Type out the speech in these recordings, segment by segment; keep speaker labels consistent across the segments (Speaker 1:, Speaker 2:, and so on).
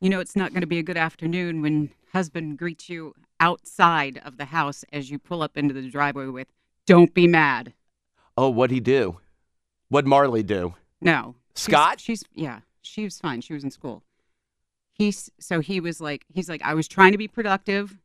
Speaker 1: You know, it's not going to be a good afternoon when husband greets you outside of the house as you pull up into the driveway with, don't be mad.
Speaker 2: Oh, what'd he do? What'd Marley do?
Speaker 1: No. She's-
Speaker 2: Scott?
Speaker 1: She's, yeah, she was fine. She was in school. He's, so he was like, he's like, I was trying to be productive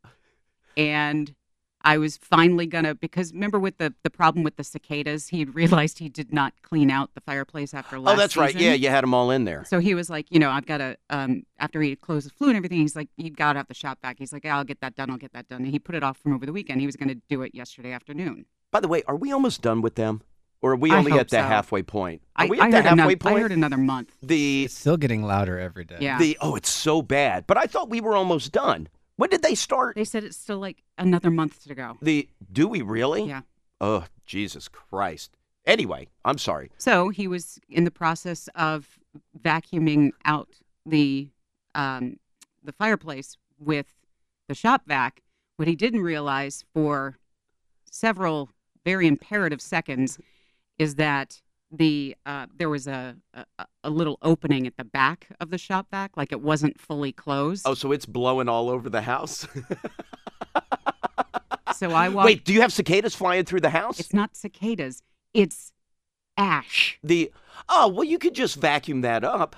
Speaker 1: and I was finally gonna, because remember with the, the problem with the cicadas, he had realized he did not clean out the fireplace after last
Speaker 2: oh, that's right.
Speaker 1: season.
Speaker 2: Yeah, you had them all in there.
Speaker 1: So he was like, you know, I've got to, um, after he had closed the flu and everything, he's like, you've got to have the shop back. He's like, yeah, I'll get that done. I'll get that done. And he put it off from over the weekend. He was going to do it yesterday afternoon.
Speaker 2: By the way, are we almost done with them? Or are we
Speaker 1: I
Speaker 2: only
Speaker 1: hope
Speaker 2: at the
Speaker 1: so.
Speaker 2: halfway point? Are
Speaker 1: I,
Speaker 2: we
Speaker 1: I
Speaker 2: at the
Speaker 1: heard
Speaker 2: halfway
Speaker 1: another,
Speaker 2: point?
Speaker 1: I heard another month.
Speaker 2: the
Speaker 3: It's still getting louder every day.
Speaker 1: Yeah.
Speaker 2: the oh, it's so bad. But I thought we were almost done. When did they start?
Speaker 1: they said it's still like another month to go.
Speaker 2: The do we really?
Speaker 1: Yeah.
Speaker 2: Oh, Jesus Christ. Anyway, I'm sorry.
Speaker 1: So he was in the process of vacuuming out the um, the fireplace with the shop vac. What he didn't realize for several very imperative seconds is that the uh, there was a, a a little opening at the back of the shop vac, like it wasn't fully closed.
Speaker 2: Oh, so it's blowing all over the house.
Speaker 1: so I walked.
Speaker 2: Wait, do you have cicadas flying through the house?
Speaker 1: it's not cicadas. It's ash.
Speaker 2: the oh, well, you could just vacuum that up.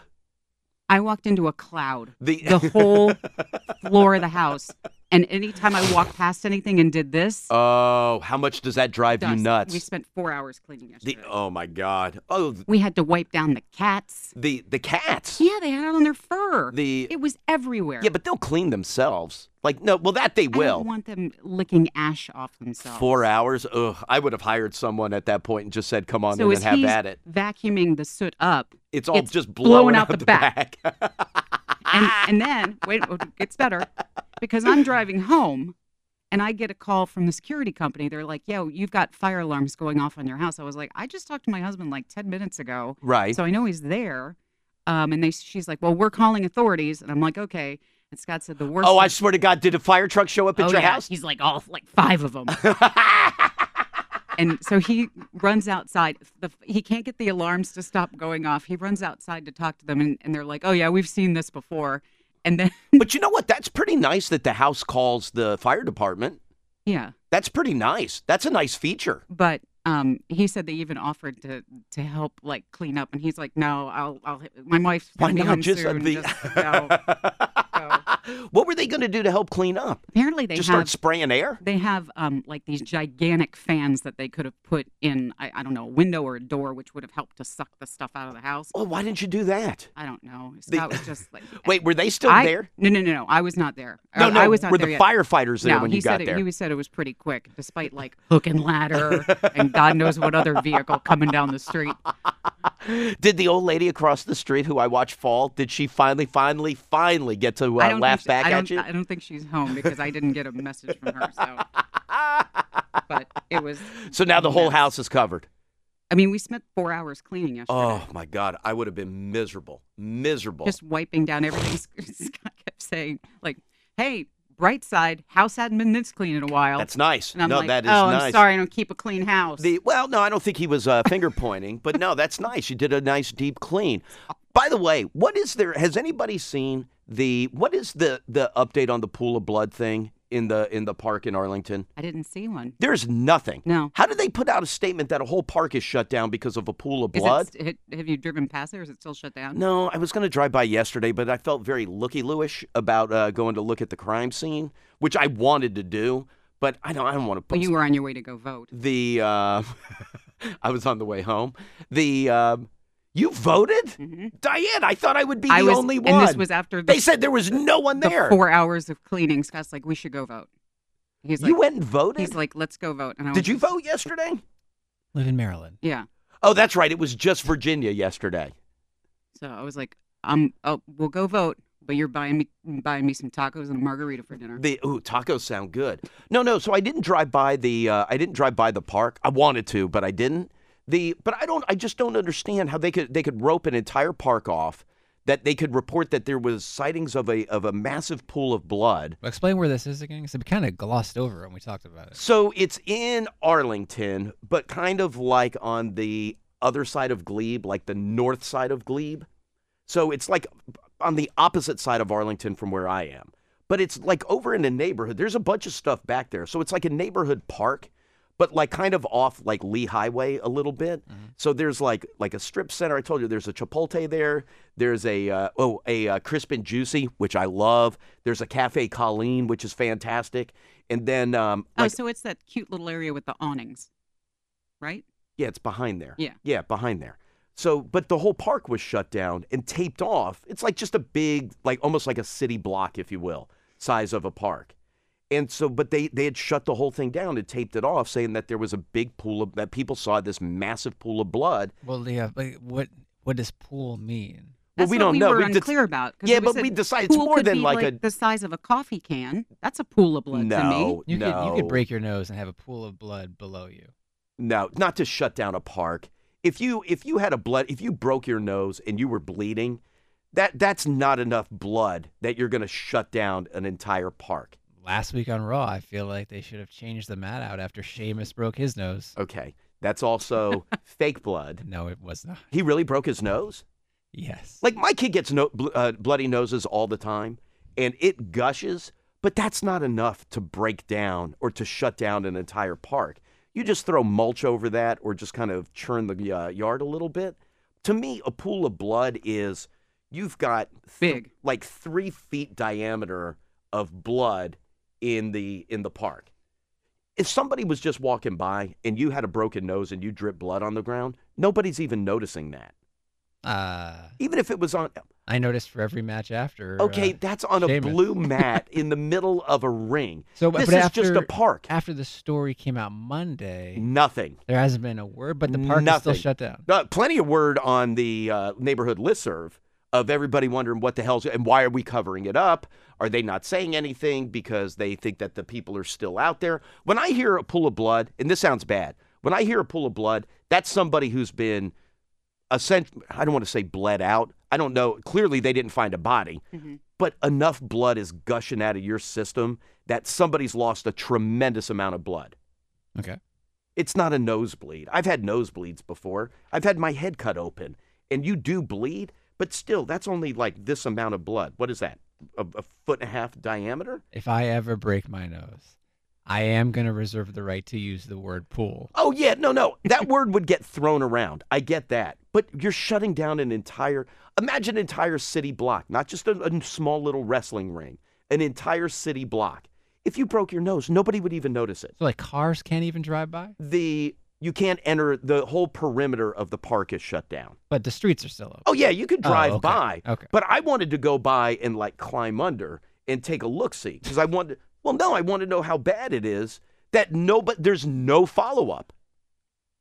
Speaker 1: I walked into a cloud.
Speaker 2: The
Speaker 1: the whole floor of the house. And anytime I walked past anything and did this,
Speaker 2: oh, how much does that drive you
Speaker 1: dust.
Speaker 2: nuts?
Speaker 1: We spent four hours cleaning yesterday.
Speaker 2: the oh my God. Oh, th-
Speaker 1: We had to wipe down the cats.
Speaker 2: the the cats.
Speaker 1: Yeah, they had it on their fur.
Speaker 2: The
Speaker 1: it was everywhere.
Speaker 2: yeah, but they'll clean themselves. Like no, well that they
Speaker 1: I
Speaker 2: will.
Speaker 1: don't want them licking ash off themselves.
Speaker 2: Four hours. Ugh, I would have hired someone at that point and just said, "Come on
Speaker 1: So
Speaker 2: in
Speaker 1: as
Speaker 2: and have
Speaker 1: he's
Speaker 2: at it."
Speaker 1: vacuuming the soot up,
Speaker 2: It's all
Speaker 1: it's
Speaker 2: just blowing,
Speaker 1: blowing out the
Speaker 2: back.
Speaker 1: back. and, and then wait, oh, it's better because I'm driving home and I get a call from the security company. They're like, yo, you've got fire alarms going off on your house. I was like, I just talked to my husband like 10 minutes ago.
Speaker 2: right.
Speaker 1: So I know he's there. Um, and they, she's like, well, we're calling authorities. And I'm like, okay. And Scott said, the worst.
Speaker 2: oh, I
Speaker 1: is-
Speaker 2: swear to God, did a fire truck show up at
Speaker 1: Oh,
Speaker 2: your
Speaker 1: yeah.
Speaker 2: house?
Speaker 1: He's like, all like five of them. and so he runs outside. The, he can't get the alarms to stop going off. He runs outside to talk to them. And, and they're like, oh, yeah, we've seen this before. And then,
Speaker 2: but you know what? That's pretty nice that the house calls the fire department.
Speaker 1: yeah.
Speaker 2: That's pretty nice. That's a nice feature.
Speaker 1: but um, he said they even offered to to help like clean up, and he's like, "No, I'll, I'll my wife's gonna
Speaker 2: Why
Speaker 1: be
Speaker 2: not
Speaker 1: home
Speaker 2: just, uh,
Speaker 1: soon.
Speaker 2: the-
Speaker 1: Just go."
Speaker 2: What were they going to do to help clean up?
Speaker 1: Apparently, they
Speaker 2: just
Speaker 1: have
Speaker 2: start spraying air?
Speaker 1: they have um, like these gigantic fans that they could have put in I, I don't know a window or a door, which would have helped to suck the stuff out of the house.
Speaker 2: Oh, why didn't you do that?
Speaker 1: I don't know.
Speaker 2: The-
Speaker 1: Scott was just like,
Speaker 2: Wait, were they still
Speaker 1: I-
Speaker 2: there?
Speaker 1: No, no, no, no. I was not there.
Speaker 2: No,
Speaker 1: Or
Speaker 2: no.
Speaker 1: I was not
Speaker 2: were
Speaker 1: there
Speaker 2: the
Speaker 1: yet.
Speaker 2: firefighters there
Speaker 1: no,
Speaker 2: when
Speaker 1: he
Speaker 2: you got
Speaker 1: said it,
Speaker 2: there?
Speaker 1: He was- said it was pretty quick, despite like hook and ladder and God knows what other vehicle coming down the street.
Speaker 2: Did the old lady across the street who I watched fall, did she finally, finally, finally get to
Speaker 1: I
Speaker 2: uh,
Speaker 1: don't
Speaker 2: laugh
Speaker 1: think she-
Speaker 2: back
Speaker 1: I
Speaker 2: at
Speaker 1: don't-
Speaker 2: you?
Speaker 1: I don't think she's home because I didn't get a message from her. So, but it was.
Speaker 2: so now the whole
Speaker 1: nuts.
Speaker 2: house is covered.
Speaker 1: I mean, we spent four hours cleaning yesterday.
Speaker 2: Oh my God, I would have been miserable, miserable.
Speaker 1: Just wiping down everything. Scott kept saying, like, "Hey, bright side, house hadn't been this clean in a while."
Speaker 2: That's nice.
Speaker 1: and I'm
Speaker 2: no,
Speaker 1: like,
Speaker 2: that is
Speaker 1: "Oh,
Speaker 2: nice.
Speaker 1: I'm sorry, I don't keep a clean house."
Speaker 2: The well, no, I don't think he was uh, finger pointing, but no, that's nice. You did a nice deep clean. By the way, what is there? Has anybody seen the what is the the update on the pool of blood thing in the in the park in Arlington?
Speaker 1: I didn't see one.
Speaker 2: There's nothing.
Speaker 1: No.
Speaker 2: How did they put out a statement that a whole park is shut down because of a pool of
Speaker 1: Is
Speaker 2: blood?
Speaker 1: It, st- ha- have you driven past it, or is it still shut down?
Speaker 2: No, I was going to drive by yesterday, but I felt very looky looish about uh, going to look at the crime scene, which I wanted to do, but I don't. I don't want to put
Speaker 1: Well, you were on your way to go vote.
Speaker 2: the. Uh, I was on the way home. The um, you voted, Diane. I thought I would be
Speaker 1: Mm-hmm. I
Speaker 2: the
Speaker 1: was,
Speaker 2: only one.
Speaker 1: and this was after the,
Speaker 2: they said there was no one
Speaker 1: the
Speaker 2: there.
Speaker 1: four hours of cleaning. Scott's like, "We should go vote." He's like,
Speaker 2: you went and voted.
Speaker 1: He's like, "Let's go vote." And I was
Speaker 2: Did you
Speaker 1: just-
Speaker 2: vote yesterday?
Speaker 3: Live in Maryland.
Speaker 1: Yeah.
Speaker 2: Oh, that's right. It was just Virginia yesterday.
Speaker 1: So I was like, um, oh, we'll go vote. but you're buying me buying me some tacos and a margarita for dinner.
Speaker 2: The ooh, tacos sound good. No, no. So I didn't drive by the. Uh, I didn't drive by the park. I wanted to, but I didn't. The but I don't. I just don't understand how they could they could rope an entire park off that they could report that there was sightings of a of a massive pool of blood.
Speaker 3: Explain where this is again, because we kind of glossed over when we talked about it.
Speaker 2: So it's in Arlington, but kind of like on the other side of Glebe, like the north side of Glebe. So it's like on the opposite side of Arlington from where I am. But it's like over in a neighborhood. There's a bunch of stuff back there. So it's like a neighborhood park, but like kind of off like Lee Highway a little bit. So there's like like a strip center. I told you there's a Chipotle there. There's a uh, oh a uh, crisp and juicy, which I love. There's a Cafe Colleen, which is fantastic. And then um
Speaker 1: oh,
Speaker 2: like-
Speaker 1: so it's that cute little area with the awnings, right?
Speaker 2: yeah, it's behind there.
Speaker 1: Yeah.
Speaker 2: Yeah, behind there. So, but the whole park was shut down and taped off. It's like just a big, like almost like a city block, if you will, size of a park. And so, but they they had shut the whole thing down and taped it off, saying that there was a big pool of that people saw this massive pool of blood.
Speaker 3: Well, Leah, like, what what does pool mean?
Speaker 2: Well,
Speaker 1: That's
Speaker 2: we
Speaker 1: what
Speaker 2: don't
Speaker 1: we
Speaker 2: know.
Speaker 1: Were
Speaker 2: We dec-
Speaker 1: unclear about. 'cause
Speaker 2: Yeah,
Speaker 1: it was
Speaker 2: but
Speaker 1: a
Speaker 2: we decided it's
Speaker 1: pool
Speaker 2: more
Speaker 1: could
Speaker 2: than
Speaker 1: be
Speaker 2: like
Speaker 1: like,
Speaker 2: a-
Speaker 1: the size of a coffee can. That's a pool of blood to me.
Speaker 2: no,
Speaker 3: You
Speaker 2: no,
Speaker 3: could you could break your nose and have a pool of blood below you.
Speaker 2: No, not to shut down a park. If you if you had a blood if you broke your nose and you were bleeding, that that's not enough blood that you're going to shut down an entire park.
Speaker 3: Last week on Raw, I feel like they should have changed the mat out after Sheamus broke his nose.
Speaker 2: Okay. That's also fake blood.
Speaker 3: No, it was not.
Speaker 2: He really broke his nose?
Speaker 3: Yes.
Speaker 2: Like my kid gets no, bl- uh, bloody noses all the time and it gushes, but that's not enough to break down or to shut down an entire park. You just throw mulch over that or just kind of churn the uh, yard a little bit. To me, a pool of blood is you've got th-
Speaker 1: Big.
Speaker 2: like three feet diameter of blood in the in the park. If somebody was just walking by and you had a broken nose and you drip blood on the ground, nobody's even noticing that.
Speaker 3: Uh,
Speaker 2: Even if it was on
Speaker 3: I noticed for every match after.
Speaker 2: Okay,
Speaker 3: uh,
Speaker 2: that's on a
Speaker 3: Sheamus.
Speaker 2: blue mat in the middle of a ring.
Speaker 3: So, but
Speaker 2: this is
Speaker 3: after,
Speaker 2: just a park.
Speaker 3: After the story came out Monday,
Speaker 2: Nothing.
Speaker 3: there hasn't been a word, but the park
Speaker 2: Nothing.
Speaker 3: is still shut down.
Speaker 2: Uh, plenty of word on the uh, neighborhood listserv of everybody wondering what the hell's and why are we covering it up? Are they not saying anything because they think that the people are still out there? When I hear a pool of blood, and this sounds bad, when I hear a pool of blood, that's somebody who's been essent- I don't want to say bled out. I don't know. Clearly, they didn't find a body, but enough blood is gushing out of your system that somebody's lost a tremendous amount of blood.
Speaker 3: Okay.
Speaker 2: It's not a nosebleed. I've had nosebleeds before. I've had my head cut open, and you do bleed, but still, that's only like this amount of blood. What is that? A, a foot and a half diameter?
Speaker 3: If I ever break my nose, I am going to reserve the right to use the word pool.
Speaker 2: Oh yeah, no, no. That word would get thrown around. I get that. But you're shutting down an entire imagine an entire city block, not just a, a small little wrestling ring, an entire city block. If you broke your nose, nobody would even notice it.
Speaker 3: So, like, cars can't even drive by,
Speaker 2: The you can't enter the whole perimeter of the park is shut down.
Speaker 3: but the streets are still open.
Speaker 2: Oh yeah, you could
Speaker 3: Oh,
Speaker 2: drive
Speaker 3: okay,
Speaker 2: by.
Speaker 3: okay.
Speaker 2: But I wanted to go by and like climb under and take a look see because I wanted well no, I want to know how bad it is that no but there's no follow up.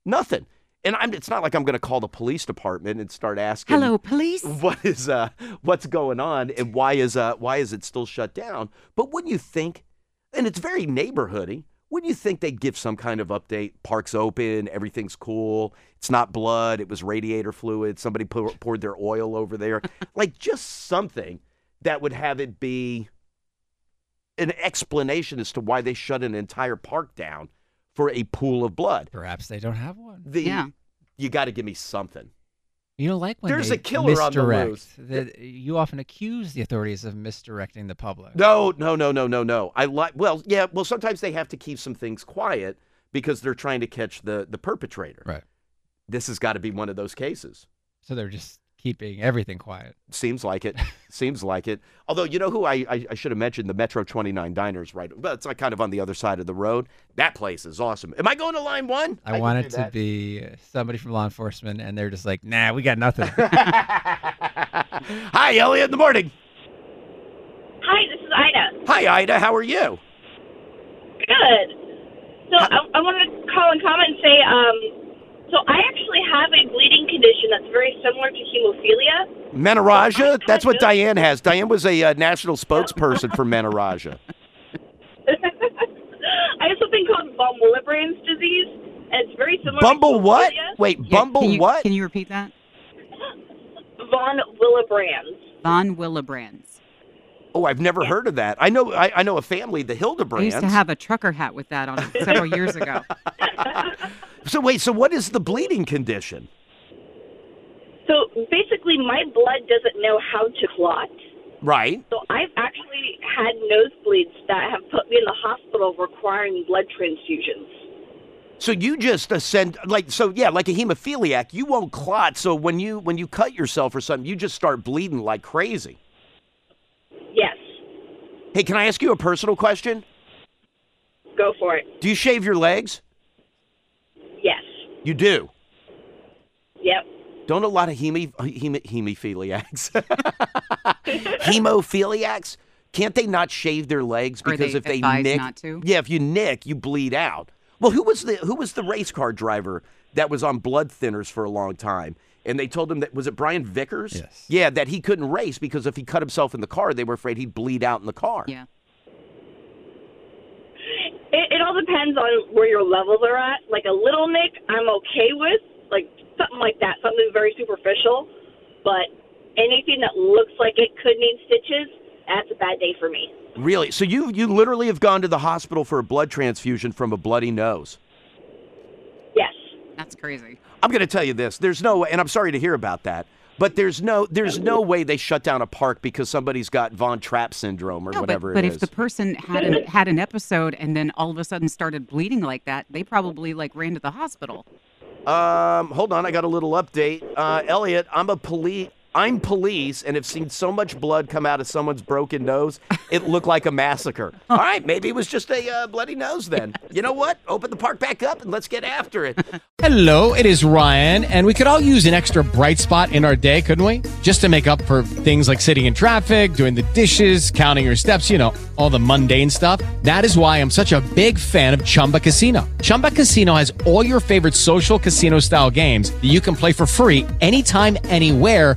Speaker 2: Nothing. And I'm it's not like I'm going to call the police department and start asking
Speaker 1: Hello, police.
Speaker 2: what is uh what's going on and why is uh why is it still shut down? But wouldn't you think and it's very neighborhoody. Wouldn't you think they'd give some kind of update? Park's open, everything's cool. It's not blood, it was radiator fluid. Somebody pour, poured their oil over there. like just something that would have it be an explanation as to why they shut an entire park down for a pool of blood.
Speaker 3: Perhaps they don't have one.
Speaker 2: The
Speaker 1: Yeah.
Speaker 2: you got to give me something.
Speaker 3: You know, like when
Speaker 2: There's
Speaker 3: they
Speaker 2: a killer on the
Speaker 3: misdirect,
Speaker 2: loose.
Speaker 3: that you often accuse the authorities of misdirecting the public.
Speaker 2: No, no, no, no, no, no. I like. Well, yeah. Well, sometimes they have to keep some things quiet because they're trying to catch the the perpetrator.
Speaker 3: Right.
Speaker 2: This has got to be one of those cases.
Speaker 3: So they're just keeping everything quiet.
Speaker 2: Seems like it. Seems like it. Although you know who I I, I should have mentioned the Metro Twenty Nine Diners right. Well, it's like kind of on the other side of the road. That place is awesome. Am I going to line one?
Speaker 3: I, want it to be somebody from law enforcement, and they're just like, nah, we got nothing.
Speaker 2: Hi, Elliot. In the morning.
Speaker 4: Hi, this is Ida.
Speaker 2: Hi, Ida. How are you?
Speaker 4: Good. So I, I wanted to call and comment and say um, So I actually have a bleeding condition that's very similar to hemophilia.
Speaker 2: Menorrhagia? That's what Diane has. Diane was a uh, national spokesperson for menorrhagia.
Speaker 4: I have something called Bumblebrand's disease, and it's very similar.
Speaker 2: Bumble
Speaker 4: to
Speaker 2: what?
Speaker 4: hemophilia.
Speaker 2: Wait,
Speaker 1: Yeah,
Speaker 2: Bumble
Speaker 1: can you,
Speaker 2: what?
Speaker 1: Can you repeat that?
Speaker 4: Von Willebrand's.
Speaker 1: Von Willebrands.
Speaker 2: Oh, I've never heard of that. I know I, I know a family, the
Speaker 1: I
Speaker 2: Hildebrands.
Speaker 1: used to have a trucker hat with that on it several years ago.
Speaker 2: so wait, so what is the bleeding condition?
Speaker 4: So basically, my blood doesn't know how to clot.
Speaker 2: Right.
Speaker 4: So I've actually had nosebleeds that have put me in the hospital requiring blood transfusions.
Speaker 2: So you just ascend like so yeah, like a hemophiliac, you won't clot. So when you when you cut yourself or something, you just start bleeding like crazy.
Speaker 4: Yes,
Speaker 2: Hey, can I ask you a personal question?
Speaker 4: go for it.
Speaker 2: Do you shave your legs?
Speaker 4: Yes.
Speaker 2: You do.
Speaker 4: Yep.
Speaker 2: Don't a lot of hemi, hemi, hemophiliacs, hemophiliacs, can't they not shave their legs
Speaker 1: Are
Speaker 2: because
Speaker 1: they
Speaker 2: if they
Speaker 1: advised
Speaker 2: nick,
Speaker 1: not to?
Speaker 2: yeah, if you nick, you bleed out. Well, who was the who was the race car driver that was on blood thinners for a long time? And they told him that was it Brian Vickers?
Speaker 3: Yes.
Speaker 2: Yeah, that he couldn't race because if he cut himself in the car, they were afraid he'd bleed out in the car.
Speaker 1: Yeah.
Speaker 4: It, it all depends on where your levels are at. Like a little nick, I'm okay with, like something like that, something very superficial. But anything that looks like it could need stitches, that's a bad day for me.
Speaker 2: Really? So you you literally have gone to the hospital for a blood transfusion from a bloody nose.
Speaker 4: Yes.
Speaker 1: That's crazy.
Speaker 2: I'm going to tell you this. There's no way, and I'm sorry to hear about that. But there's no there's no way they shut down a park because somebody's got Von Trapp syndrome or
Speaker 1: No,
Speaker 2: whatever
Speaker 1: but, but
Speaker 2: it is.
Speaker 1: if the person had an, had an episode and then all of a sudden started bleeding like that, they probably like ran to the hospital.
Speaker 2: um, hold on, I got a little update. Uh, Elliot, I'm a police. I'm police and have seen so much blood come out of someone's broken nose, it looked like a massacre.
Speaker 1: Oh.
Speaker 2: All right, maybe it was just a uh, bloody nose then. You know what? Open the park back up and let's get after it.
Speaker 5: Hello, it is Ryan, and we could all use an extra bright spot in our day, couldn't we? Just to make up for things like sitting in traffic, doing the dishes, counting your steps, you know, all the mundane stuff. That is why I'm such a big fan of Chumba Casino. Chumba Casino has all your favorite social casino style games that you can play for free anytime, anywhere